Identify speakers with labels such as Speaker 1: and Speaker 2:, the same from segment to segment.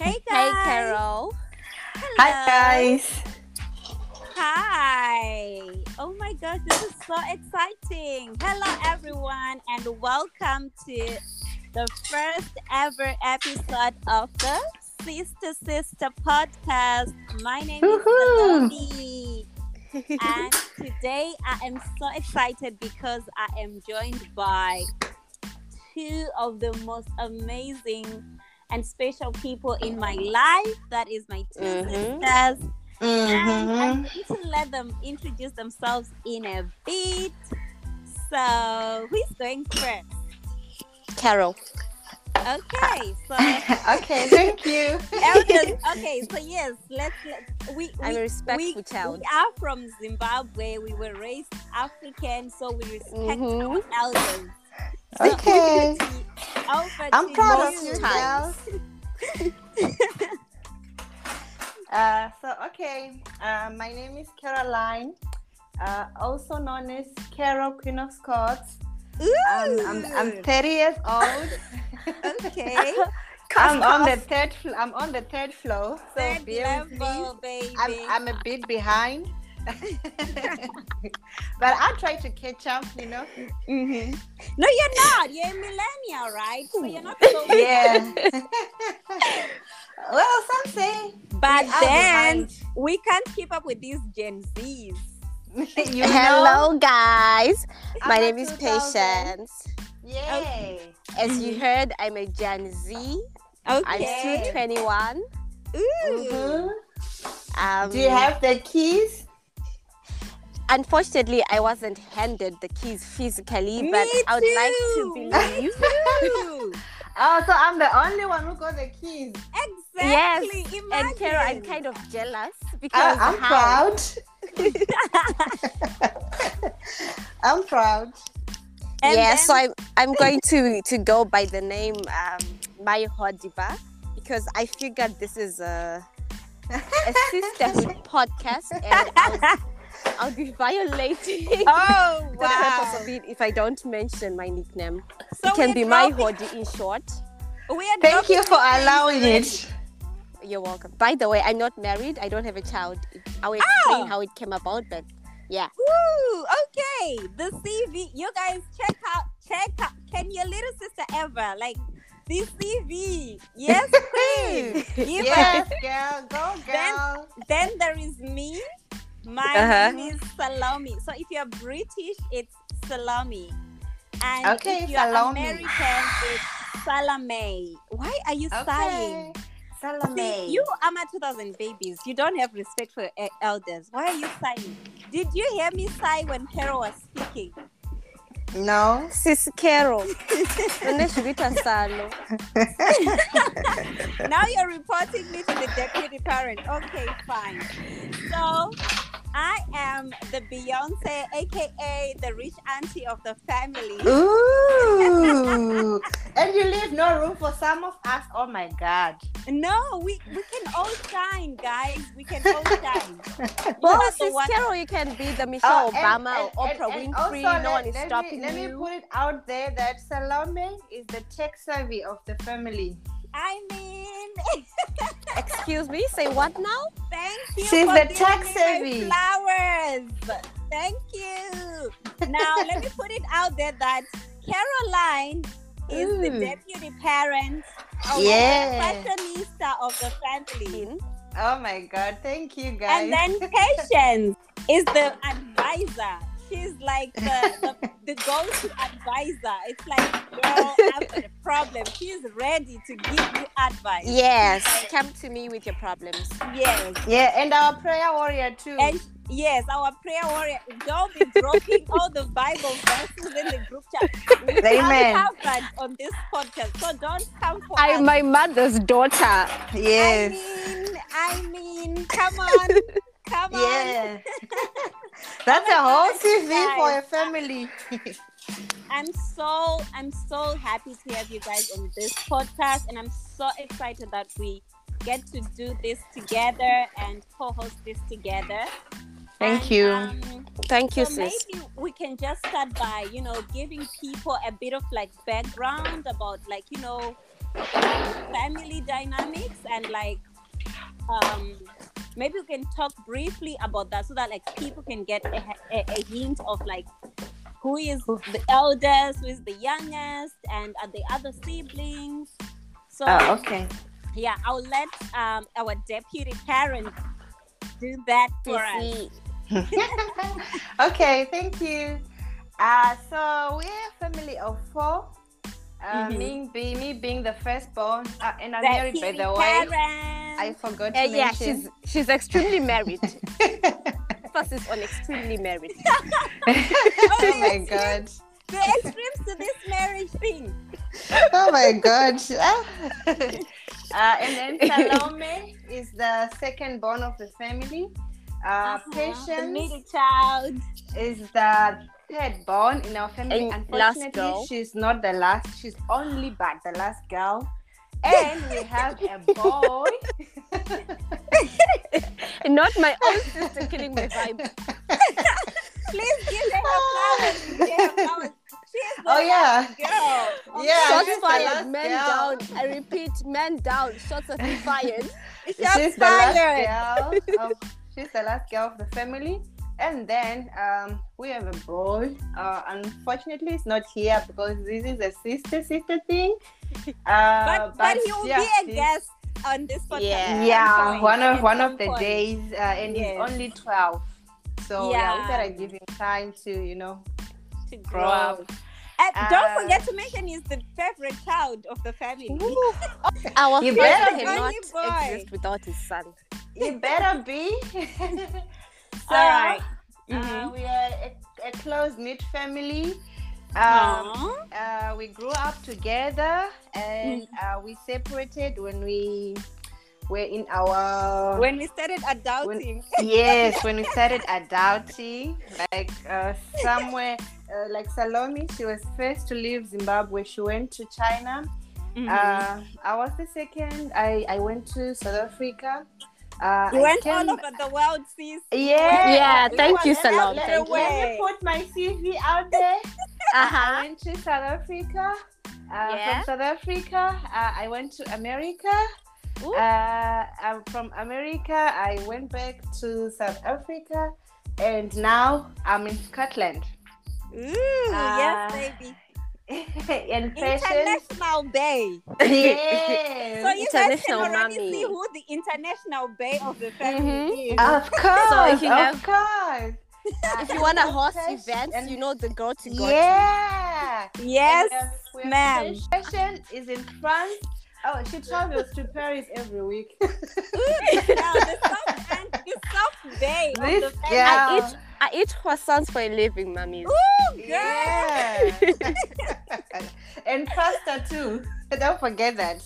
Speaker 1: Hi, Carol.
Speaker 2: Hi
Speaker 1: Hello.
Speaker 2: guys.
Speaker 1: Hi. Oh my gosh, this is so exciting. Hello, everyone, and welcome to the first ever episode of the Sister Sister podcast. My name
Speaker 2: Woohoo.
Speaker 1: is Salome. and today I am so excited because I am joined by two of the most amazing and special people in my life. That is my 2
Speaker 3: Mhm.
Speaker 2: Mm-hmm.
Speaker 1: sisters. And I
Speaker 2: Mhm.
Speaker 1: need to let them introduce themselves in a bit. So, who is going first?
Speaker 3: Carol.
Speaker 1: Okay, so
Speaker 2: okay, thank you.
Speaker 1: elders. Okay, so yes, let's. let we,
Speaker 3: I'm a
Speaker 1: we,
Speaker 3: respectful
Speaker 1: we,
Speaker 3: child.
Speaker 1: we are from Zimbabwe. We were raised African, so we respect
Speaker 3: Mhm.
Speaker 1: our elders.
Speaker 2: Mm-hmm. Okay.
Speaker 1: Over
Speaker 2: I'm
Speaker 1: to
Speaker 2: proud of
Speaker 1: you.
Speaker 2: you
Speaker 3: times.
Speaker 2: girls. uh, so okay, uh, my name is Caroline, uh, also known as Carol Queen of Scots. I'm, I'm, I'm 30 years old.
Speaker 1: okay.
Speaker 2: I'm on the third. Fl- I'm on the third floor. So
Speaker 1: Third
Speaker 2: bear with me.
Speaker 1: level, baby.
Speaker 2: I'm, I'm a bit behind, but I'll try to catch up. You know.
Speaker 1: Mhm. No, you're not. You're a millennial, right? So you're not so
Speaker 2: Yeah. well, some say
Speaker 1: But
Speaker 2: we are
Speaker 1: then we can't keep up with these Gen Zs.
Speaker 2: behind. You know,
Speaker 3: Hello, guys.
Speaker 2: I'm
Speaker 3: My
Speaker 2: a
Speaker 3: name is
Speaker 2: 2000.
Speaker 3: Patience.
Speaker 2: Yay.
Speaker 3: As you
Speaker 2: Mm-hmm.
Speaker 3: heard, I'm a Gen Z. I'm
Speaker 1: Okay.
Speaker 3: still 21.
Speaker 1: Ooh.
Speaker 2: Mhm.
Speaker 3: Um,
Speaker 2: Do you have the keys?
Speaker 3: Unfortunately, I wasn't handed the keys physically, but
Speaker 1: Me
Speaker 3: I would like to
Speaker 1: too.
Speaker 3: believe.
Speaker 1: Ooh.
Speaker 2: Oh, so I'm the only one who got the keys.
Speaker 1: exactly. Imagine.
Speaker 3: And Carol, I'm kind of jealous
Speaker 2: I,
Speaker 3: because
Speaker 2: Uh, I'm
Speaker 3: how-
Speaker 2: proud. I'm proud.
Speaker 1: And
Speaker 3: yeah, so
Speaker 1: then-
Speaker 3: I'm I'm going to to go by the name um, Mai Hodiba because I figured this is a a sisterhood podcast and I'll, I'll be violating
Speaker 1: Oh
Speaker 3: the purpose
Speaker 1: wow!
Speaker 3: of it if I don't mention my nickname.
Speaker 1: So
Speaker 3: it can
Speaker 1: we're
Speaker 3: be my
Speaker 1: dropping-
Speaker 3: Hodi in short.
Speaker 1: we are
Speaker 2: Thank you
Speaker 1: dropping
Speaker 2: for
Speaker 1: names
Speaker 2: allowing
Speaker 1: already.
Speaker 2: it.
Speaker 3: You're welcome. By the way, I'm not married. I don't have a child. I will explain
Speaker 1: Oh.
Speaker 3: how it came about, but
Speaker 1: Woo! Okay, the CV. You guys check out, check out. Can your little sister ever like this CV? Yes, queen. Give us
Speaker 2: Yes, girl. Go,
Speaker 1: Then-
Speaker 2: girl.
Speaker 1: Then there is me. My
Speaker 3: Uh-huh.
Speaker 1: name is Salome. So if you're British, it's Salome. And
Speaker 2: Okay,
Speaker 1: if you're
Speaker 2: Salome.
Speaker 1: American, it's Salome. Why are you sighing?
Speaker 2: Salome.
Speaker 1: See, you are my 2000 babies. You don't have respect for e- elders. Why are you sighing? Did you hear me sigh when Carol was speaking?
Speaker 2: No.
Speaker 3: sis Carol. Unless salo.
Speaker 1: now you're reporting me to the deputy parent. Okay, fine. So I am the Beyonce, aka the rich auntie of the family.
Speaker 2: Ooh. and you leave no room for some of us. Oh my God.
Speaker 1: No, we, we can all shine, guys. We can all shine.
Speaker 3: Well,
Speaker 1: are the
Speaker 3: sis
Speaker 1: one-
Speaker 3: Carol, you can be the Michelle
Speaker 2: and-
Speaker 3: Obama
Speaker 2: Oh, and-
Speaker 3: or
Speaker 2: and-
Speaker 3: Oprah
Speaker 2: and
Speaker 3: Winfrey.
Speaker 2: also
Speaker 3: no
Speaker 2: let-
Speaker 3: one is
Speaker 2: let me-
Speaker 3: stopping
Speaker 2: Let me
Speaker 3: you.
Speaker 2: put it out there that Salome is the tech savvy of the family.
Speaker 1: I mean,
Speaker 3: Excuse me, say what now?
Speaker 1: thank you.
Speaker 2: She's
Speaker 1: for
Speaker 2: the
Speaker 1: giving
Speaker 2: tech
Speaker 1: me my
Speaker 2: savvy.
Speaker 1: Flowers. Thank you. Now, let me put it out there that Caroline is the
Speaker 2: Ooh.
Speaker 1: deputy parent, of
Speaker 2: Yeah.
Speaker 1: the fashionista of the family.
Speaker 3: In.
Speaker 2: Oh my God. Thank you, guys.
Speaker 1: And then Patience is the advisor. She's like the, the, the go-to advisor. It's like, girl, I've got a problem. She's ready to give you advice.
Speaker 3: Yes, come to me with your problems.
Speaker 1: Yes.
Speaker 2: yeah, and our prayer warrior too.
Speaker 1: And yes, our prayer warrior. Don't be dropping all the Bible verses in the group chat. We
Speaker 2: Amen.
Speaker 1: are covered on this podcast, so don't come for us.
Speaker 3: I'm my mother's daughter.
Speaker 1: I
Speaker 2: yes.
Speaker 1: mean, I mean, come on, come on.
Speaker 2: Yeah. That's a
Speaker 1: Oh my
Speaker 2: whole
Speaker 1: God,
Speaker 2: CV for a
Speaker 1: guys.
Speaker 2: family.
Speaker 1: I'm so I'm so happy to have you guys on this podcast, and I'm so excited that we get to do this together and co-host this together.
Speaker 2: Thank
Speaker 1: And,
Speaker 2: you.
Speaker 1: um,
Speaker 3: Thank you,
Speaker 1: so
Speaker 3: sis.
Speaker 1: maybe we can just start by you know giving people a bit of like background about like you know family dynamics and like um, maybe we can talk briefly about that so that like people can get a, a, a hint of like who is the eldest, who is the youngest, and are the other siblings. So
Speaker 2: Oh, okay.
Speaker 1: yeah, I'll let um, our deputy Karen do that for us.
Speaker 3: see.
Speaker 2: okay, thank you. Uh, so we're a family of four. Uh,
Speaker 3: Mm-hmm.
Speaker 1: Mhm.
Speaker 2: me, be, me being the firstborn, uh, and I'm married
Speaker 1: Deputy
Speaker 2: by the way.
Speaker 1: Karen.
Speaker 2: I forgot to
Speaker 3: Uh, yeah,
Speaker 2: mention.
Speaker 3: she's she's extremely married. Emphasis on extremely married.
Speaker 2: oh my god.
Speaker 1: the extremes to this marriage thing.
Speaker 2: Oh my god. Ah. uh, and then Salome is the second born of the family. Uh,
Speaker 1: Uh-huh.
Speaker 3: Uh-huh.
Speaker 1: The
Speaker 2: Patience
Speaker 1: middle child.
Speaker 2: is the third born in our family.
Speaker 3: And last
Speaker 2: Unfortunately,
Speaker 3: girl.
Speaker 2: she's not the last. She's only but the last girl. And we have a boy.
Speaker 3: Not my own sister killing my vibe.
Speaker 1: Please give her her flowers. Give her flowers. She is the
Speaker 2: oh yeah.
Speaker 1: last girl. Oh,
Speaker 2: Yeah,
Speaker 3: Shots
Speaker 2: she's the last
Speaker 3: fired, man
Speaker 2: girl.
Speaker 3: down. I repeat, man down. Shots are fired.
Speaker 2: she's the last girl. Of, she's the last girl of the family. And then um, we have a boy. Uh, unfortunately, it's not here because this is a sister sister thing. Uh,
Speaker 1: But, but, he will
Speaker 2: yeah,
Speaker 1: be a
Speaker 2: he's-
Speaker 1: guest on this podcast.
Speaker 3: Yeah.
Speaker 1: at some
Speaker 2: Yeah,
Speaker 1: point,
Speaker 2: one of
Speaker 1: at
Speaker 2: one
Speaker 1: some
Speaker 2: of the
Speaker 1: point.
Speaker 2: days, uh, and he's
Speaker 1: Yes.
Speaker 2: only twelve. So yeah. we
Speaker 1: Yeah.
Speaker 2: gotta give him time to you know
Speaker 1: to grow
Speaker 2: grow up.
Speaker 1: up. And don't
Speaker 2: Uh,
Speaker 1: forget to mention he's the favorite child of the family.
Speaker 3: Our
Speaker 2: You
Speaker 3: father
Speaker 2: better
Speaker 3: cannot
Speaker 1: only boy.
Speaker 3: exist without his son.
Speaker 2: He better be. so,
Speaker 1: All right.
Speaker 2: Uh,
Speaker 1: mm-hmm.
Speaker 2: we are a, a close knit family. Um,
Speaker 1: Aw.
Speaker 2: uh, we grew up together and
Speaker 1: Mm.
Speaker 2: uh, we separated when we were in our
Speaker 1: when we started adulting,
Speaker 2: yes when we started adulting like uh, somewhere uh, like salome she was first to leave zimbabwe she went to china
Speaker 1: Mhm.
Speaker 2: uh, i was the second i, I went to south africa uh,
Speaker 1: you
Speaker 2: I
Speaker 1: went
Speaker 2: came-
Speaker 1: all over the world, sis.
Speaker 2: yeah
Speaker 3: Yeah, thank you, Salome,
Speaker 2: Salome. let,
Speaker 1: thank you.
Speaker 2: let me put my cv out there I
Speaker 3: Uh-huh.
Speaker 2: went to South Africa. Uh,
Speaker 3: Yeah.
Speaker 2: From South Africa, uh, I went to America.
Speaker 3: Ooh.
Speaker 2: Uh, i from America, I went back to South Africa, and now I'm in Scotland.
Speaker 1: Ooh,
Speaker 3: Mm.
Speaker 2: Uh,
Speaker 1: yes, baby.
Speaker 2: and fashion.
Speaker 1: International Bay. So
Speaker 2: Yes.
Speaker 1: you guys can
Speaker 3: International
Speaker 1: already
Speaker 3: mommy.
Speaker 1: see who the international Bay of the
Speaker 3: Mm-hmm.
Speaker 1: family
Speaker 3: Uh,
Speaker 1: is.
Speaker 2: Of course,
Speaker 3: you know-
Speaker 2: of course. Uh,
Speaker 3: If you want a horse
Speaker 2: Fashion
Speaker 3: event,
Speaker 2: and-
Speaker 3: you know the girl to go to.
Speaker 2: Yeah.
Speaker 1: Yes,
Speaker 2: And, uh, we have
Speaker 1: ma'am.
Speaker 2: Fashion is in France. Oh, she travels to Paris every week.
Speaker 1: Now, the South and the South Bay
Speaker 2: This
Speaker 1: of the family.
Speaker 2: girl.
Speaker 3: I eat I eat croissants for a living, mummies.
Speaker 1: Ooh, girl.
Speaker 2: Yeah. and pasta too. Don't forget that.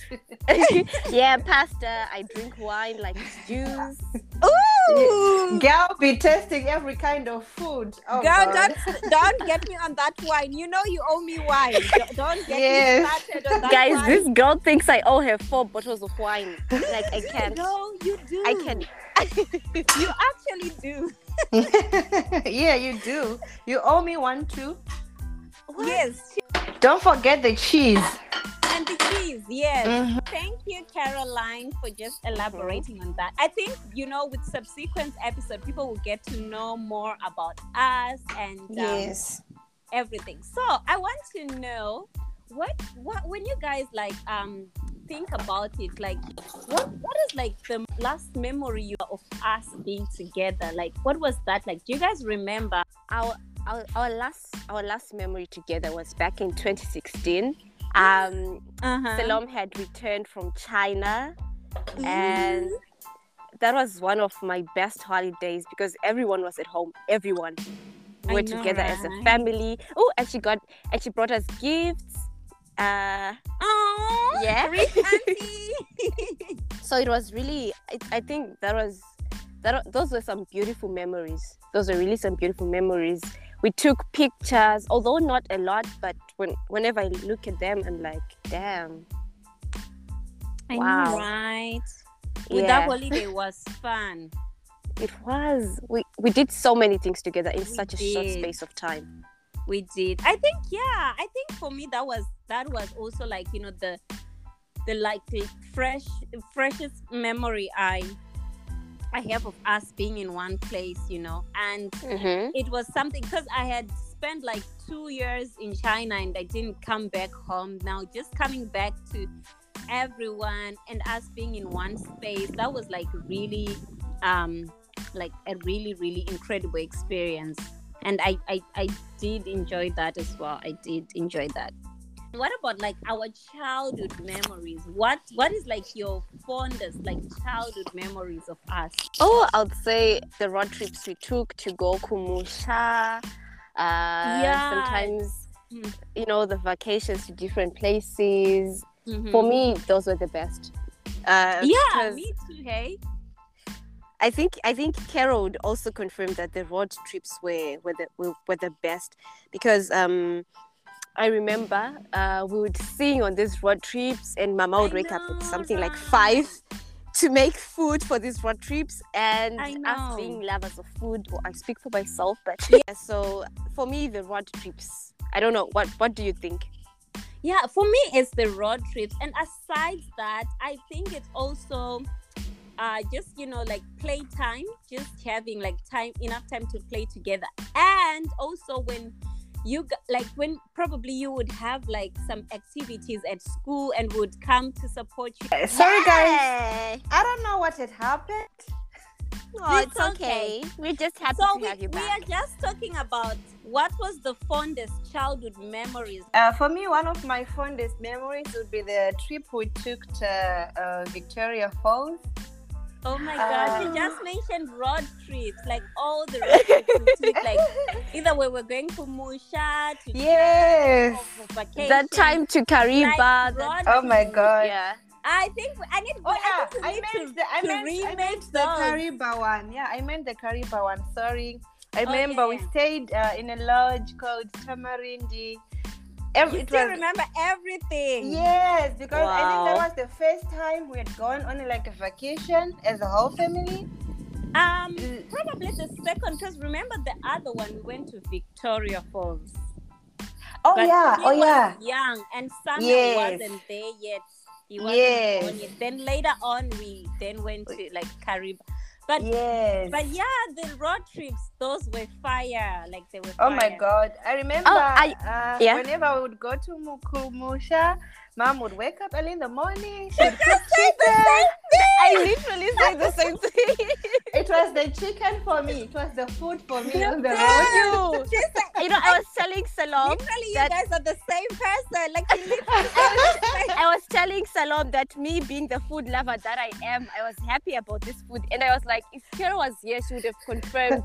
Speaker 3: yeah, pasta. I drink wine like it's juice.
Speaker 1: Ooh.
Speaker 2: Girl be testing every kind of food. Oh,
Speaker 1: Girl,
Speaker 2: God.
Speaker 1: don't don't get me on that wine. You know you owe me wine. Don't- Don't get
Speaker 2: Yes.
Speaker 1: me started on that
Speaker 3: Guys,
Speaker 1: wine.
Speaker 3: this girl thinks I owe her four bottles of wine. Like I can't.
Speaker 1: No, you do.
Speaker 3: I can.
Speaker 1: You actually do.
Speaker 2: yeah, you do. You owe me one too.
Speaker 1: Yes. she-
Speaker 2: Don't forget the cheese.
Speaker 1: And the cheese. Yes.
Speaker 2: Mhm.
Speaker 1: Thank you, Caroline, for just elaborating on that. I think you know, with subsequent episode, people will get to know more about us and um, everything. So I want to know what what when you guys like um think about it, like what what is like the last memory you of us being together? Like what was that like? Do you guys remember?
Speaker 3: Our, our our last our last memory together was back in 2016. Um,
Speaker 1: Uh-huh.
Speaker 3: Salom had returned from China, Mm-hmm. and
Speaker 1: Mm-hmm.
Speaker 3: that was one of my best holidays because everyone was at home. Everyone
Speaker 1: I
Speaker 3: we were
Speaker 1: know,
Speaker 3: together as a
Speaker 1: right?
Speaker 3: family. Oh, and she got and she brought us gifts. Uh,
Speaker 1: Oh
Speaker 3: Yeah.
Speaker 1: rich auntie.
Speaker 3: so it was really. I, I think that was that. Those were some beautiful memories. Those were really some beautiful memories. We took pictures, although not a lot, but when whenever I look at them, I'm like, damn.
Speaker 1: I
Speaker 3: Wow.
Speaker 1: know, right? With
Speaker 3: Yeah.
Speaker 1: That holiday was fun.
Speaker 3: It was. We we did so many things together in
Speaker 1: We
Speaker 3: such a short
Speaker 1: did.
Speaker 3: space of time.
Speaker 1: we did i think yeah i think for me that was that was also like you know the the like the fresh freshest memory i ahead of us being in one place, you know. And
Speaker 3: Mm-hmm.
Speaker 1: it was something because I had spent like two years in China and I didn't come back home. Now, just coming back to everyone and us being in one space, that was like really, um, like a really, really incredible experience. And I, I, I did enjoy that as well. I did enjoy that. What about like our childhood memories? What what is like your fondest like childhood memories of us?
Speaker 3: Oh, I would say the road trips we took to go Kumusha. Uh,
Speaker 1: Yeah.
Speaker 3: Sometimes,
Speaker 1: Mm.
Speaker 3: you know, the vacations to different places. For me, those were the best. Uh,
Speaker 1: Hmm. yeah,
Speaker 3: 'cause
Speaker 1: me too. Hey,
Speaker 3: I think I think Carol would also confirm that the road trips were were the, were, were the best because um, I remember uh, we would sing on these road trips, and Mama would
Speaker 1: I
Speaker 3: wake up
Speaker 1: know,
Speaker 3: at something like
Speaker 1: right.
Speaker 3: five to make food for these road trips, and
Speaker 1: I know.
Speaker 3: us being lovers of food, well, I speak for myself, but yeah. So for me, the road trips. I don't know what what do you think?
Speaker 1: Yeah, for me, it's the road trips. And aside that, I think it's also uh, just, you know, like playtime, just having like time, enough time to play together. And also when you, g- like, when probably you would have like some activities at school and would come to support you.
Speaker 2: Uh, Sorry, guys.
Speaker 3: Yay!
Speaker 2: I don't know what had happened.
Speaker 3: Oh,
Speaker 1: It's
Speaker 3: it's okay. We're just happy
Speaker 1: so
Speaker 3: to
Speaker 1: we,
Speaker 3: have you
Speaker 1: we
Speaker 3: back.
Speaker 1: are just talking about what was the fondest childhood memories.
Speaker 2: Uh, for me, one of my fondest memories would be the trip we took to uh, Victoria Falls.
Speaker 1: Oh my gosh,
Speaker 3: Ah.
Speaker 1: you
Speaker 2: Uh.
Speaker 1: just mentioned road trips, like all the road trips we took, like either we were going to Musha to
Speaker 2: yes.
Speaker 1: for vacation.
Speaker 3: that time to Kariba.
Speaker 1: like,
Speaker 3: that-
Speaker 1: road
Speaker 2: Oh my
Speaker 1: trips.
Speaker 2: god.
Speaker 3: yeah.
Speaker 1: I think we- I need.
Speaker 2: Oh yeah,
Speaker 1: I,
Speaker 2: I
Speaker 1: think we need
Speaker 2: meant the I
Speaker 1: to
Speaker 2: meant, I
Speaker 1: remake
Speaker 2: meant the
Speaker 1: those.
Speaker 2: Kariba one. Yeah, I meant the Kariba one. Sorry, I
Speaker 1: Oh,
Speaker 2: remember
Speaker 1: yeah,
Speaker 2: we
Speaker 1: yeah.
Speaker 2: stayed uh, in a lodge called Tamarindi.
Speaker 1: to,
Speaker 2: Every,
Speaker 1: you
Speaker 2: it
Speaker 1: still
Speaker 2: was-
Speaker 1: remember everything.
Speaker 2: Yes, because I
Speaker 3: Wow.
Speaker 2: think that was the first time we had gone on like a vacation as a whole family.
Speaker 1: Um,
Speaker 2: Mm.
Speaker 1: probably the second, because remember the other one we went to Victoria Falls.
Speaker 2: Oh
Speaker 1: But
Speaker 2: yeah,
Speaker 1: he
Speaker 2: oh
Speaker 1: was
Speaker 2: yeah.
Speaker 1: Young and Summer
Speaker 2: Yes.
Speaker 1: wasn't there yet. He wasn't
Speaker 2: Yes.
Speaker 1: on it. Then later on, we then went to like Carib. But
Speaker 2: Yes.
Speaker 1: but yeah, the road trips, those were fire. Like they were.
Speaker 2: Oh my
Speaker 1: fire.
Speaker 2: god. I remember
Speaker 3: Oh, I-
Speaker 2: uh,
Speaker 3: yeah.
Speaker 2: whenever I would go to Mukumusha, mom would wake up early in the morning. She would cook chicken.
Speaker 3: I literally say the same thing.
Speaker 2: It was the chicken for me. It was the food for me on the road.
Speaker 3: you. you know, I was telling Salom.
Speaker 1: Literally, you
Speaker 3: Um, that-
Speaker 1: guys are the same person. Like you live
Speaker 3: I was telling Salom that me being the food lover that I am, I was happy about this food, and I was like, if Kira was here, she would have confirmed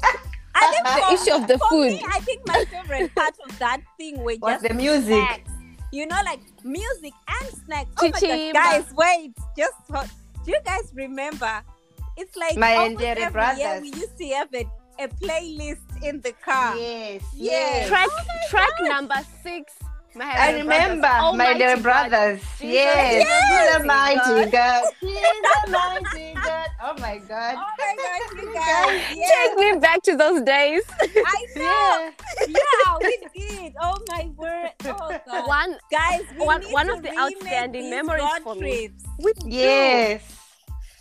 Speaker 1: I think
Speaker 3: the
Speaker 1: for,
Speaker 3: issue of the
Speaker 1: for
Speaker 3: food.
Speaker 1: me, I think my favorite part of that thing were
Speaker 2: Was
Speaker 1: just
Speaker 2: the music.
Speaker 1: snacks. You know, like music and snacks. Oh my
Speaker 3: Chichima.
Speaker 1: god, guys, wait! Just ho- do you guys remember? It's like
Speaker 2: My
Speaker 1: almost
Speaker 2: Njeri
Speaker 1: every year
Speaker 2: brothers.
Speaker 1: we used to have a, a playlist in the car.
Speaker 2: Yes,
Speaker 1: Yes.
Speaker 2: yes.
Speaker 3: track track number six. My
Speaker 2: I
Speaker 3: Little
Speaker 2: remember
Speaker 3: Brothers.
Speaker 2: Oh my
Speaker 3: Almighty
Speaker 2: little
Speaker 3: God.
Speaker 2: brothers.
Speaker 3: Jesus
Speaker 2: Yes,
Speaker 3: is
Speaker 2: he's a
Speaker 3: mighty
Speaker 2: mighty God. He's a mighty God. Oh my God.
Speaker 1: Oh my god, you guys!
Speaker 3: Take
Speaker 1: Yes,
Speaker 3: me back to those days.
Speaker 1: I know.
Speaker 2: Yeah.
Speaker 1: Yeah, we did. Oh my word! Oh god,
Speaker 3: One,
Speaker 1: guys, we
Speaker 3: One-
Speaker 1: need
Speaker 3: one
Speaker 1: to
Speaker 3: of the
Speaker 1: remake
Speaker 3: outstanding
Speaker 1: these
Speaker 3: memories
Speaker 1: road
Speaker 3: for me.
Speaker 1: trips.
Speaker 3: we
Speaker 2: Yes.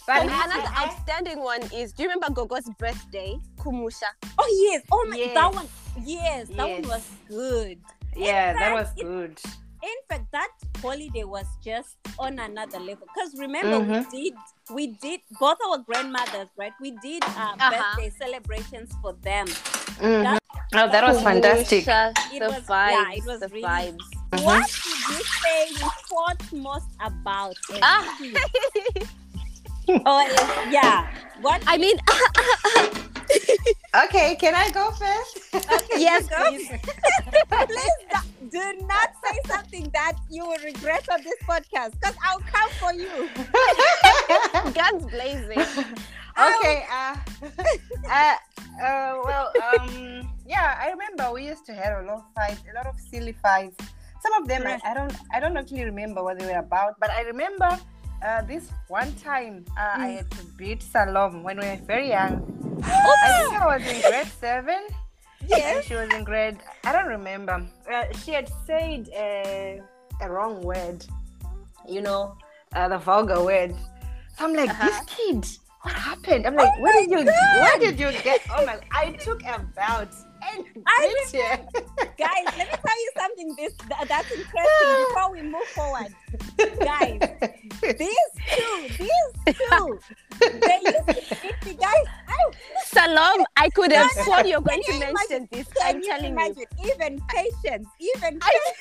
Speaker 2: But
Speaker 3: And
Speaker 2: I-
Speaker 3: another
Speaker 2: I-
Speaker 3: outstanding one is, do you remember Gogo's birthday, Kumusha?
Speaker 1: Oh yes, oh my, that
Speaker 2: Yes.
Speaker 1: one. Yes, that one
Speaker 2: Yes.
Speaker 1: was good.
Speaker 2: yeah, that was
Speaker 1: fact, it-
Speaker 2: good.
Speaker 1: In fact, that holiday was just on another level. Cause remember,
Speaker 3: Mm-hmm.
Speaker 1: we did we did both our grandmothers, right? We did uh,
Speaker 3: Uh-huh. Mm-hmm.
Speaker 1: birthday celebrations for them.
Speaker 2: Mhm. Oh, that was
Speaker 1: Kumusha.
Speaker 2: fantastic.
Speaker 3: Kumusha,
Speaker 1: It
Speaker 3: the
Speaker 1: was-
Speaker 3: vibes,
Speaker 1: yeah, it was
Speaker 3: the
Speaker 1: really-
Speaker 3: vibes.
Speaker 2: Mhm.
Speaker 1: What did you say you fought most about? Ed?
Speaker 3: Ah.
Speaker 1: Oh Ed, yeah. What?
Speaker 3: I mean, ah,
Speaker 2: Okay, can I go first?
Speaker 3: yes,
Speaker 1: go.
Speaker 3: please.
Speaker 1: Please do- do not say something that you will regret on this podcast, cause I'll come for you.
Speaker 3: Guns blazing.
Speaker 2: okay. Uh, uh, uh, well, um, yeah, I remember we used to have a lot of fights, a lot of silly fights. Some of them I, I don't, I don't actually remember what they were about, but I remember uh, this one time uh, I had to beat Salom when we were very young. I think I was in grade seven.
Speaker 1: Yes.
Speaker 2: And she was in grade. I don't remember. Uh, she had said a, a wrong word, you know, uh, the uh, vulgar word. So I'm like,
Speaker 3: Uh-huh.
Speaker 2: this kid, what happened? I'm
Speaker 1: Oh
Speaker 2: like, where did you where did you get oh my I took a belt and
Speaker 1: I
Speaker 2: beat it.
Speaker 1: guys let me tell you something this th- that's interesting before we move forward guys these two these two they used to beat the guys out
Speaker 3: Salom, I could have
Speaker 1: No, no,
Speaker 3: sworn you're going
Speaker 1: can
Speaker 3: to
Speaker 1: you
Speaker 3: mention this.
Speaker 1: Can
Speaker 3: I'm
Speaker 1: you
Speaker 3: telling you.
Speaker 1: imagine? even patience even
Speaker 3: I-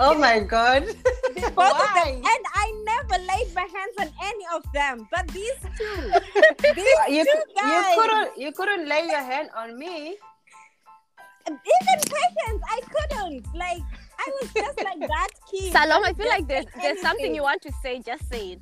Speaker 2: Oh my god.
Speaker 1: the both of them
Speaker 2: Why?
Speaker 1: and I never laid my hands on any of them but these two these
Speaker 2: You,
Speaker 1: two
Speaker 2: you
Speaker 1: guys
Speaker 2: couldn't you couldn't lay your hand on me.
Speaker 1: even patience I couldn't like I was just like that kid
Speaker 3: Salom, I feel like there's,
Speaker 1: say
Speaker 3: there's something you
Speaker 1: anything.
Speaker 3: want to say. Just say it.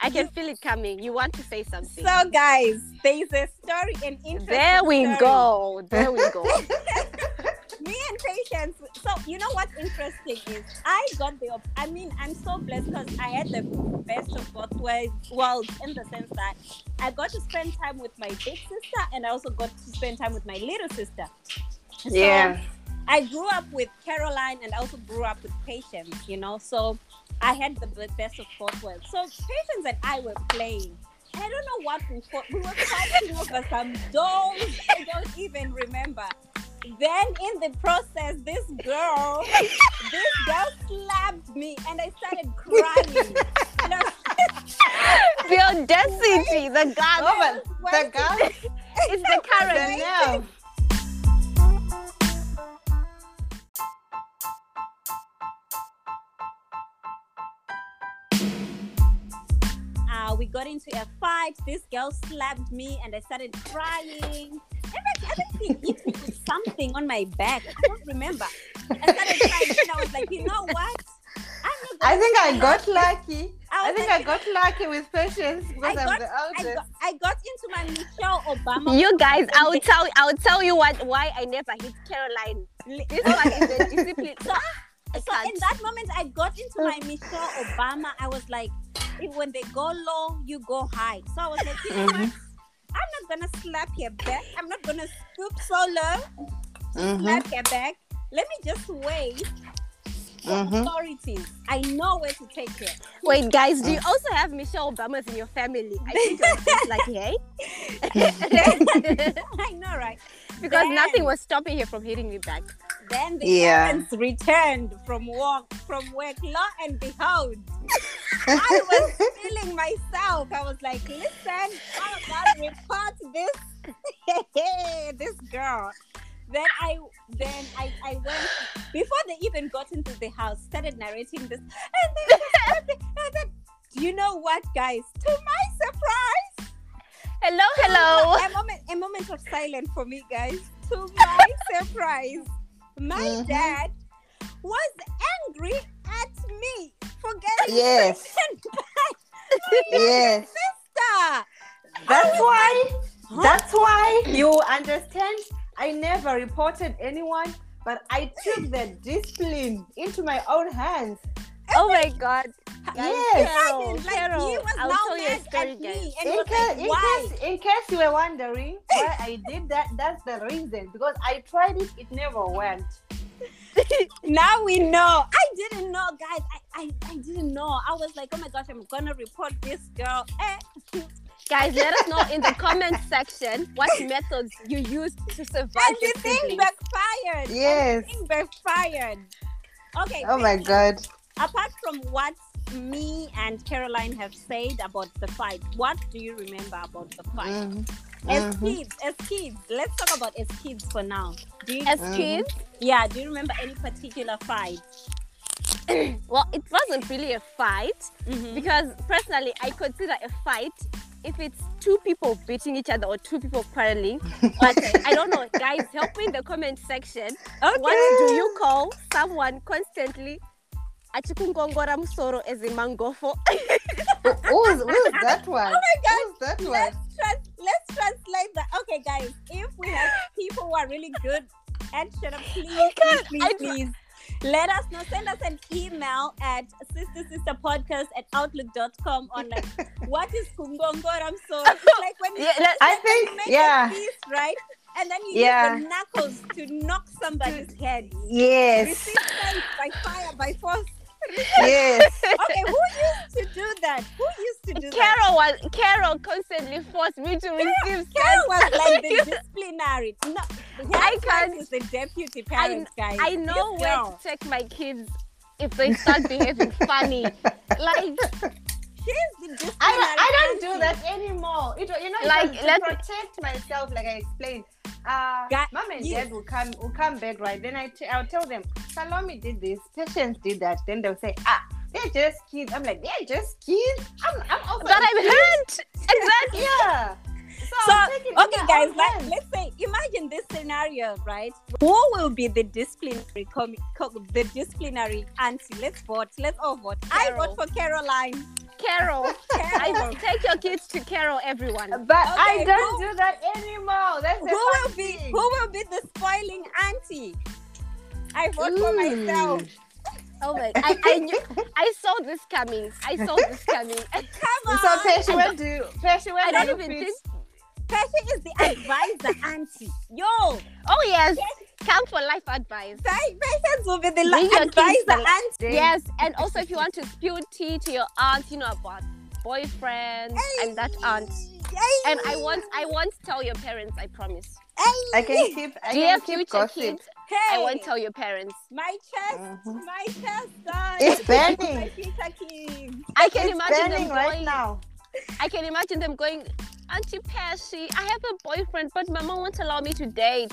Speaker 3: I can feel it coming. You want to say something.
Speaker 1: so guys there's a story an interesting
Speaker 3: There we
Speaker 1: story.
Speaker 3: go. There we go.
Speaker 1: me and patience so you know what's interesting is i got the op- i mean i'm so blessed because i had the best of both worlds worlds in the sense that i got to spend time with my big sister and i also got to spend time with my little sister So,
Speaker 2: Yeah.
Speaker 1: i grew up with caroline and i also grew up with patience you know so i had the b- best of both worlds so patience and i were playing I don't know what we fought. We were fighting over some dolls. I don't even remember. Then in the process, this girl, this girl slapped me, and I started crying. And I was
Speaker 3: the audacity, the
Speaker 2: Oh
Speaker 3: God.
Speaker 2: but the girl
Speaker 3: It's the
Speaker 2: the
Speaker 3: courage.
Speaker 2: nerve.
Speaker 1: uh, we got into a fight. This girl slapped me, and I started crying. Every, everything hit me with something on my back. I don't remember. I started crying, and I was like, you know what? I'm not
Speaker 2: I
Speaker 1: gonna
Speaker 2: think I
Speaker 1: stop.
Speaker 2: got lucky.
Speaker 1: I
Speaker 2: I,
Speaker 1: was
Speaker 2: think
Speaker 1: like,
Speaker 2: I got lucky with patience because
Speaker 1: I
Speaker 2: I'm
Speaker 1: got-
Speaker 2: the
Speaker 1: I
Speaker 2: eldest.
Speaker 1: got, I got into my Michelle Obama.
Speaker 3: You guys, I will tell I will tell you what why I never hit Caroline. This one is the discipline.
Speaker 1: So-
Speaker 3: I
Speaker 1: so in
Speaker 3: can't.
Speaker 1: that moment, I got into my Michelle Obama. I was like, if when they go low, you go high. So I was like, you know
Speaker 3: Mm-hmm.
Speaker 1: what? I'm not gonna slap your back. I'm not gonna stoop so low,
Speaker 3: Mm-hmm.
Speaker 2: Mhm,
Speaker 1: slap your back. Let me just wait for
Speaker 3: Mm-hmm.
Speaker 2: mhm.
Speaker 1: authorities. I know where to take it.
Speaker 3: Wait, guys, do you
Speaker 1: Ah.
Speaker 3: also have Michelle Obamas in your family? I think you're just like, hey,
Speaker 1: I know, right?
Speaker 3: because
Speaker 1: Then-
Speaker 3: nothing was stopping her from hitting me back.
Speaker 1: Then the
Speaker 2: Yeah.
Speaker 1: parents returned from work, from work. Lo and behold, I was feeling myself. I was like, listen, I'm about to report this, this girl. Then I, then I, I went before they even got into the house. Started narrating this, and then, and then, and then you know what, guys? To my surprise,
Speaker 3: Hello, hello.
Speaker 1: a moment, a moment of silence for me, guys. To my surprise, my
Speaker 3: Mm-hmm.
Speaker 2: Mhm.
Speaker 1: dad was angry at me for getting
Speaker 2: Yes,
Speaker 1: pregnant by
Speaker 2: yes.
Speaker 1: star.
Speaker 2: That's why.
Speaker 1: Huh?
Speaker 2: That's why you understand. I never reported anyone, but I took the discipline into my own hands.
Speaker 3: Oh my god.
Speaker 2: Yes.
Speaker 3: Carol,
Speaker 1: Imagine, like, he
Speaker 3: Carol,
Speaker 1: was
Speaker 3: I'll
Speaker 1: now
Speaker 3: tell you a
Speaker 1: mad
Speaker 3: story,
Speaker 1: at
Speaker 3: guys.
Speaker 1: me, and he
Speaker 2: In,
Speaker 1: was
Speaker 2: ca-
Speaker 1: like,
Speaker 2: in
Speaker 1: why?
Speaker 2: case, in case you were wondering why I did that, that's the reason. Because I tried it, it never went.
Speaker 1: Now we know. I didn't know, guys. I, I, I didn't know. I was like, oh my gosh, I'm gonna report this girl. Eh.
Speaker 3: Guys, let us know in the comment section what methods you used to survive
Speaker 1: And
Speaker 3: your
Speaker 1: the thing
Speaker 3: siblings.
Speaker 1: backfired.
Speaker 2: Yes.
Speaker 1: Thing backfired. Okay.
Speaker 2: Oh my
Speaker 1: thank you.
Speaker 2: god.
Speaker 1: apart from what me and Caroline have said about the fight, what do you remember about the fight?
Speaker 2: Mhm.
Speaker 3: Mm-hmm.
Speaker 1: As
Speaker 2: Mhm.
Speaker 1: kids, as kids, let's talk about as kids for now. Do you,
Speaker 3: As
Speaker 2: Mhm.
Speaker 3: kids,
Speaker 1: yeah, do you remember any particular fight?
Speaker 3: well, it wasn't really a fight because personally, I consider a fight if it's two people beating each other or two people quarreling. But I don't know, guys. Help me in the comment section. What do you call someone constantly? Achikungongora musoro as a mangofo.
Speaker 2: Who's, who's that one?
Speaker 1: God.
Speaker 2: Who's that one?
Speaker 1: Let's, trans- let's translate that. Okay, guys, if we have people who are really good at shut up, please, please, please,
Speaker 3: I-
Speaker 1: please let us know. Send us an email at sister sister podcast at outlook.com on like what is kungongoram. So it's like when you
Speaker 3: Yeah, let-
Speaker 2: I
Speaker 1: when you
Speaker 2: think,
Speaker 1: make
Speaker 2: yeah.
Speaker 1: a piece, right? And then you
Speaker 2: Yeah.
Speaker 1: use your knuckles to knock somebody's head.
Speaker 2: Yes.
Speaker 1: Receive strength by fire, by force.
Speaker 2: Yes.
Speaker 1: Okay, who used to do that? Who used to do that?
Speaker 3: Carol was Carol constantly forced me to receive
Speaker 1: Carol was
Speaker 3: sentences.
Speaker 1: like the disciplinary. No,
Speaker 3: I
Speaker 1: I
Speaker 3: can't-
Speaker 1: can't. Is the deputy parent, guys.
Speaker 3: I know
Speaker 1: This
Speaker 3: where to
Speaker 1: girl,
Speaker 3: take my kids if they start behaving funny. Like
Speaker 1: She's the disciplinary.
Speaker 2: I don't, I don't do
Speaker 1: auntie.
Speaker 2: that anymore. It, wa- you know, it
Speaker 3: Like,
Speaker 2: was to
Speaker 3: let-
Speaker 2: protect myself, like I explained. Uh,
Speaker 1: Ga-
Speaker 2: mom and
Speaker 1: yes.
Speaker 2: dad will come will come back, right? Then I t- I'll tell them, Salome did this, Patience did that. Then they'll say, ah, they're just kids. I'm like, they're just kids. I'm, I'm also.
Speaker 3: that I'm hurt. Exactly.
Speaker 2: yeah. So,
Speaker 1: So
Speaker 2: I'm taking it in
Speaker 1: okay,
Speaker 2: my
Speaker 1: guys,
Speaker 2: own
Speaker 1: like,
Speaker 2: hands.
Speaker 1: let's say imagine this scenario, right? Who will be the disciplinary com- co- the disciplinary auntie? Let's vote. Let's all vote. I
Speaker 3: Carol.
Speaker 1: vote for Caroline.
Speaker 3: Carol. I
Speaker 1: Carol.
Speaker 3: will take your kids to Carol, everyone.
Speaker 2: But I
Speaker 1: Okay,
Speaker 2: don't
Speaker 1: who-
Speaker 2: do that anymore. That's
Speaker 1: who
Speaker 2: the
Speaker 1: will
Speaker 2: fun
Speaker 1: be
Speaker 2: thing.
Speaker 1: who will be the spoiling auntie? I vote for
Speaker 2: Mm.
Speaker 1: myself. Uh,
Speaker 3: Oh my! I, I knew. I saw this coming. I saw this coming.
Speaker 1: Come on.
Speaker 2: So Pesha, where do you, Pesha, where
Speaker 3: I
Speaker 2: do
Speaker 3: don't
Speaker 2: you
Speaker 3: even
Speaker 2: fit?
Speaker 3: think.
Speaker 1: Pesha is the advisor auntie. Yo,
Speaker 3: Oh yes, come for life advice.
Speaker 1: Pesha will be the
Speaker 3: Bring
Speaker 1: li-
Speaker 3: your kids
Speaker 1: advisor
Speaker 3: for-
Speaker 1: auntie.
Speaker 2: Dang.
Speaker 3: Yes, and also if you want to spill tea to your aunt, you know about boyfriends and that aunt.
Speaker 1: Hey.
Speaker 3: And I won't, I won't tell your parents. I promise.
Speaker 1: Hey.
Speaker 2: I can keep. I
Speaker 3: Dear
Speaker 2: can keep
Speaker 3: future
Speaker 2: gossip.
Speaker 3: kids,
Speaker 1: Hey.
Speaker 3: I won't tell your parents.
Speaker 1: My chest,
Speaker 2: Mhm.
Speaker 1: my chest, guys.
Speaker 2: It's burning.
Speaker 1: My Peter King.
Speaker 3: I can
Speaker 2: it's
Speaker 3: imagine them
Speaker 2: burning
Speaker 3: going.
Speaker 2: right now.
Speaker 3: I can imagine them going. Auntie Percy, I have a boyfriend, but Mama won't allow me to date.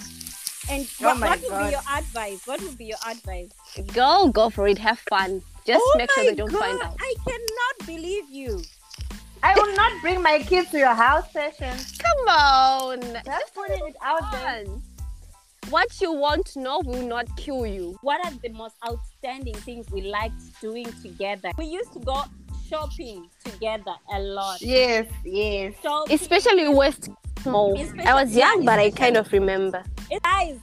Speaker 1: And
Speaker 2: Oh
Speaker 1: what,
Speaker 2: my
Speaker 1: what would
Speaker 2: God.
Speaker 1: be your advice? What would be your advice?
Speaker 3: Girl, go for it. Have fun. Just
Speaker 1: oh
Speaker 3: make sure
Speaker 1: my
Speaker 3: they don't
Speaker 1: God,
Speaker 3: find out.
Speaker 1: I cannot believe you.
Speaker 2: I will not bring my kids to your house session.
Speaker 3: Come on.
Speaker 2: Just putting it out there.
Speaker 3: Fun. What you won't know will not kill you.
Speaker 1: What are the most outstanding things we liked doing together? We used to go shopping together a lot.
Speaker 2: Yes, yes.
Speaker 1: Shopping.
Speaker 3: Especially West Mall. I was young, but I kind of remember.
Speaker 1: It- guys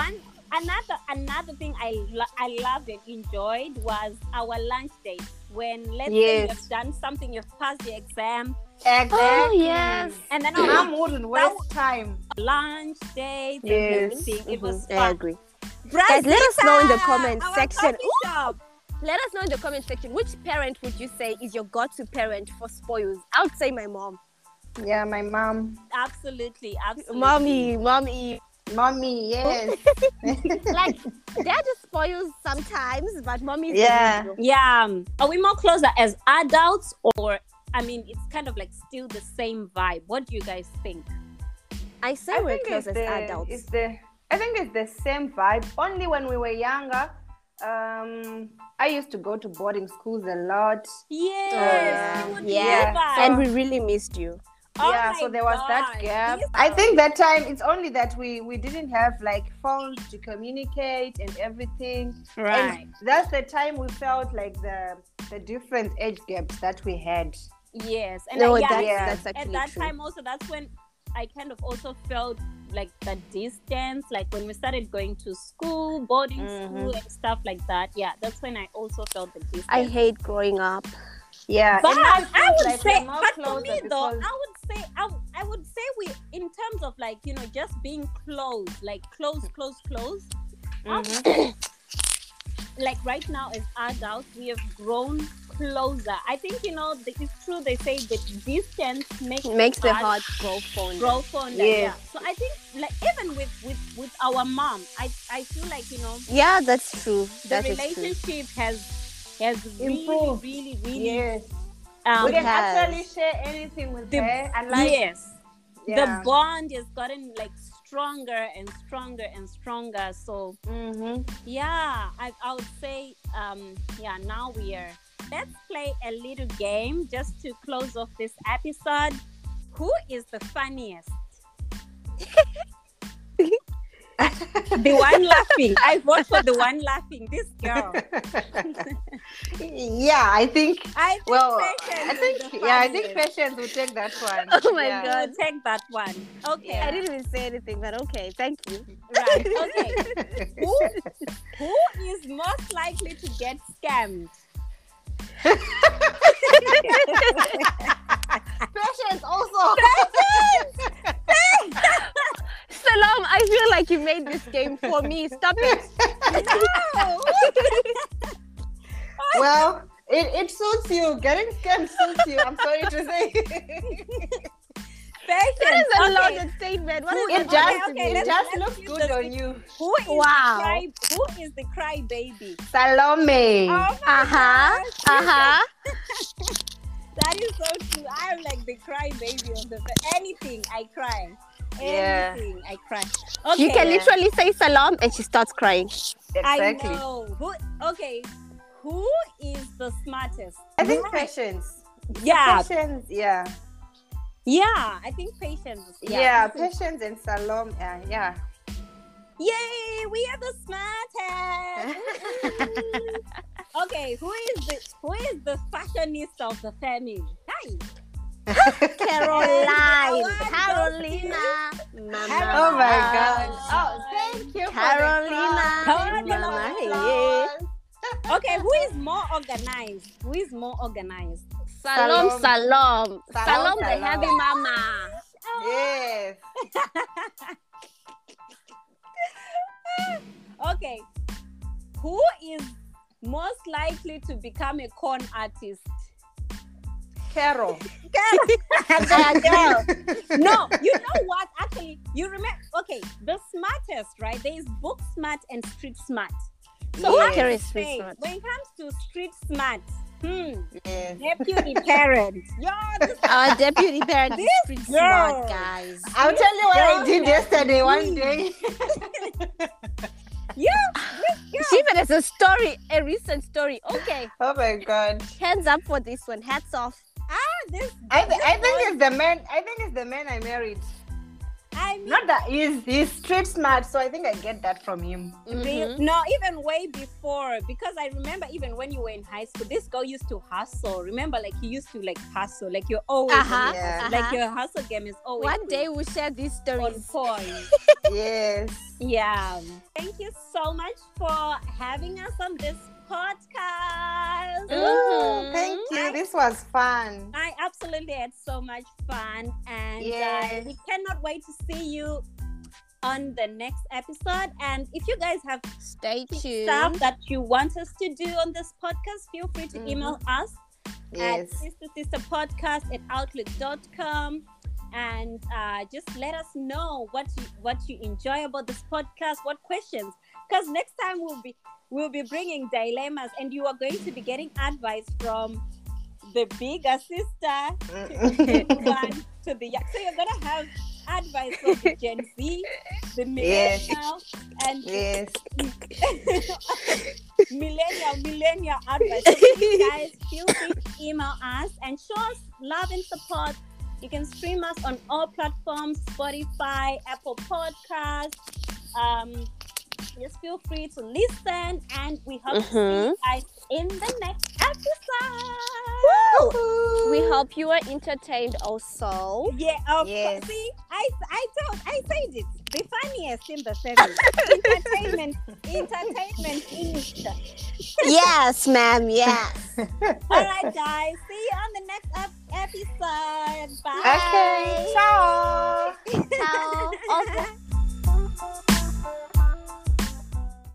Speaker 1: one another another thing i lo- i loved and enjoyed was our lunch date when let's say
Speaker 2: Yes.
Speaker 1: you've done something you've passed your exam
Speaker 2: Exactly.
Speaker 3: Oh, yes.
Speaker 1: and then our
Speaker 3: Mm-hmm.
Speaker 2: Mom wouldn't waste time.
Speaker 1: lunch date
Speaker 2: Yes.
Speaker 1: and everything it was
Speaker 3: Mm-hmm. I
Speaker 1: fun
Speaker 3: agree.
Speaker 1: Guys,
Speaker 3: let us know in the comment
Speaker 1: our
Speaker 3: section.
Speaker 1: coffee shop.
Speaker 3: Let us know in the comment section which parent would you say is your go to parent for spoils? I would say my mom.
Speaker 2: Yeah, my mom.
Speaker 1: absolutely absolutely
Speaker 3: Mommy, mommy.
Speaker 2: Mommy, yes.
Speaker 3: Like, dad spoils sometimes, but mommy is
Speaker 2: Yeah.
Speaker 3: the
Speaker 1: yeah um, are we more closer as adults or i mean it's kind of like still the same vibe what do you guys think
Speaker 3: I say
Speaker 2: I
Speaker 3: we're
Speaker 2: think
Speaker 3: close
Speaker 2: it's
Speaker 3: as
Speaker 2: the,
Speaker 3: adults.
Speaker 2: It's the, I think it's the same vibe. Only when we were younger, um, I used to go to boarding schools a lot.
Speaker 1: yes
Speaker 2: Uh, yeah.
Speaker 1: who would do
Speaker 3: Yeah.
Speaker 1: that?
Speaker 3: and we really missed you.
Speaker 1: Oh
Speaker 2: yeah,
Speaker 1: my
Speaker 2: so there was that
Speaker 1: God.
Speaker 2: gap.
Speaker 1: These
Speaker 2: I
Speaker 1: are-
Speaker 2: think that time it's only that we we didn't have like phones to communicate and everything. And
Speaker 1: right.
Speaker 2: that's the time we felt like the the different age gaps that we had.
Speaker 1: yes, and
Speaker 3: no,
Speaker 1: I, yeah,
Speaker 3: that's,
Speaker 2: uh, yeah.
Speaker 3: that's
Speaker 1: at
Speaker 3: actually
Speaker 1: that
Speaker 3: true.
Speaker 1: time also that's when I kind of also felt like the distance, like when we started going to school, boarding
Speaker 2: Mm-hmm.
Speaker 1: school, and stuff like that. Yeah, that's when I also felt the distance.
Speaker 3: I hate growing up.
Speaker 2: Yeah.
Speaker 1: but
Speaker 2: and now it
Speaker 1: I
Speaker 2: feels
Speaker 1: would
Speaker 2: like
Speaker 1: say,
Speaker 2: we're more
Speaker 1: but for
Speaker 2: closer
Speaker 1: me though, I
Speaker 2: because-
Speaker 1: would say, I, w- I would say we, in terms of like you know, just being close, like close, close, close. I would say,
Speaker 2: Mm-hmm.
Speaker 1: like right now as adults, we have grown closer. I think you know the, it's true. They say that distance makes
Speaker 3: Makes the
Speaker 1: us
Speaker 3: heart grow fond.
Speaker 1: grow fonder.
Speaker 2: Yes.
Speaker 1: Yeah. So I think like even with with with our mom, I I feel like you know
Speaker 3: Yeah, that's true.
Speaker 1: the
Speaker 3: That is true.
Speaker 1: relationship has has
Speaker 2: Improved.
Speaker 1: really really really
Speaker 2: Yes.
Speaker 1: um,
Speaker 2: we can
Speaker 3: It has.
Speaker 2: actually share anything with
Speaker 1: The-
Speaker 2: her. And like,
Speaker 1: yes
Speaker 2: yeah.
Speaker 1: the bond has gotten like stronger and stronger and stronger so
Speaker 2: Mhm.
Speaker 1: yeah i, I would say um yeah now we are let's play a little game just to close off this episode who is the funniest the one laughing i vote for the one laughing this girl
Speaker 2: yeah, I think.
Speaker 1: i think
Speaker 2: Well,
Speaker 1: Patience
Speaker 2: I
Speaker 1: is
Speaker 2: think.
Speaker 1: the
Speaker 2: Yeah, I think
Speaker 1: funniest.
Speaker 2: patience will take that one.
Speaker 3: Oh my
Speaker 2: Yeah.
Speaker 3: God.
Speaker 1: We'll take that one okay
Speaker 3: I didn't even say anything, but okay, thank you.
Speaker 1: right okay who, who is most likely to get scammed?
Speaker 2: Patience also.
Speaker 3: Salam, I feel like you made this game for me. Stop it.
Speaker 1: No.
Speaker 2: well, it, it suits you. Getting scammed suits you. I'm sorry to say.
Speaker 3: That is a
Speaker 1: okay.
Speaker 3: loaded statement. What is
Speaker 1: It Okay,
Speaker 2: it
Speaker 3: that?
Speaker 2: just,
Speaker 1: okay,
Speaker 2: it
Speaker 1: let's-
Speaker 2: just
Speaker 1: let's
Speaker 2: looks
Speaker 1: use
Speaker 2: good
Speaker 1: the-
Speaker 2: on you.
Speaker 1: Who is
Speaker 3: Wow.
Speaker 1: the cry? Who is the crybaby?
Speaker 2: Salome.
Speaker 1: Oh my
Speaker 3: Mm. Uh-huh.
Speaker 1: gosh.
Speaker 3: Uh-huh.
Speaker 1: That is so true. I'm like the crybaby of the anything I cry.
Speaker 2: Yeah.
Speaker 1: Anything I cry. Okay.
Speaker 3: You can literally say salam and she starts crying.
Speaker 1: I
Speaker 2: exactly.
Speaker 1: know. Who okay. Who is the smartest?
Speaker 2: I think patience.
Speaker 1: Yeah.
Speaker 2: Patience, yeah.
Speaker 1: Yeah. I think patience.
Speaker 2: Yeah, patience and Salome. Yeah, yeah.
Speaker 1: Yay, we are the smartest. Ooh. okay, who is the who is the fashionista of the family? Hi.
Speaker 3: Caroline.
Speaker 1: Caroline.
Speaker 3: Carolina. Mama.
Speaker 2: Oh my
Speaker 1: Wow.
Speaker 2: god. Oh, thank you.
Speaker 3: Carolina.
Speaker 1: Carolina.
Speaker 3: Mama.
Speaker 2: Yeah.
Speaker 3: yeah.
Speaker 1: Okay, who is more organized? Who is more organized?
Speaker 3: Salam,
Speaker 2: Salam.
Speaker 3: salam.
Speaker 2: Salam,
Speaker 3: Salam, the
Speaker 2: salam.
Speaker 3: heavy mama.
Speaker 2: Yes.
Speaker 1: Oh, Okay. Who is most likely to become a con artist?
Speaker 2: Carol.
Speaker 3: Girl.
Speaker 1: No, you know what? Actually, you remember okay, the smartest, right? There is book smart and street smart. So
Speaker 3: Yeah.
Speaker 1: I would
Speaker 3: There is street
Speaker 1: say,
Speaker 3: smart.
Speaker 1: when it comes to street smart, hmm,
Speaker 2: Yes.
Speaker 1: deputy parent. Yo, this
Speaker 3: Our deputy parent is
Speaker 1: This
Speaker 3: pretty
Speaker 1: girl.
Speaker 3: smart, guys.
Speaker 2: I'll tell you what I
Speaker 1: Girl,
Speaker 2: did yesterday one
Speaker 1: me.
Speaker 2: day.
Speaker 3: She even has a story, a recent story. Okay,
Speaker 2: Oh my god.
Speaker 3: hands up for this one. Hats off.
Speaker 1: this
Speaker 2: I, th- I think it's the man I think it's the man I married.
Speaker 1: I mean
Speaker 2: Not that he's he's street smart, so I think I get that from him.
Speaker 1: be-
Speaker 3: Mhm.
Speaker 1: no, even way before because I remember even when you were in high school, this girl used to hustle. Remember, like you used to like hustle, like you're always on
Speaker 3: Uh-huh,
Speaker 1: your hustle.
Speaker 3: uh-huh.
Speaker 1: like your hustle game is always
Speaker 3: One day we'll share these
Speaker 1: on
Speaker 3: stories.
Speaker 1: point.
Speaker 2: Yes.
Speaker 1: Yeah. Thank you so much for having us on this podcast.
Speaker 3: Mm. Mhm.
Speaker 2: Ooh, thank you. This was fun.
Speaker 1: I absolutely had so much fun, and uh,
Speaker 2: Yes.
Speaker 1: we cannot wait to see you on the next episode. And if you guys have
Speaker 3: Stay
Speaker 1: stuff
Speaker 3: tuned.
Speaker 1: that you want us to do on this podcast, feel free to
Speaker 2: Mhm.
Speaker 1: email us at
Speaker 2: Yes.
Speaker 1: sister sister podcast at outlook.com and uh, just let us know what you what you enjoy about this podcast what questions because next time we'll be we'll be bringing dilemmas and you are going to be getting advice from the bigger sister
Speaker 2: Mm.
Speaker 1: the one to the young so you're gonna have advice from the gen z the
Speaker 2: Yes.
Speaker 1: millennial and the
Speaker 2: yes.
Speaker 1: millennial millennial advice so please, guys feel free to email us and show us love and support you can stream us on all platforms spotify apple podcasts um just feel free to listen and we hope to see
Speaker 3: Mhm.
Speaker 1: you guys in the next episode
Speaker 3: We hope you are entertained also.
Speaker 1: yeah of course.
Speaker 2: Yes.
Speaker 1: see i i told i said it the funniest in the family entertainment entertainment industry
Speaker 3: yes, ma'am. Yes.
Speaker 1: All right, guys. See you on the next ep- episode. Bye.
Speaker 2: Okay. Ciao.
Speaker 3: Ciao. Also-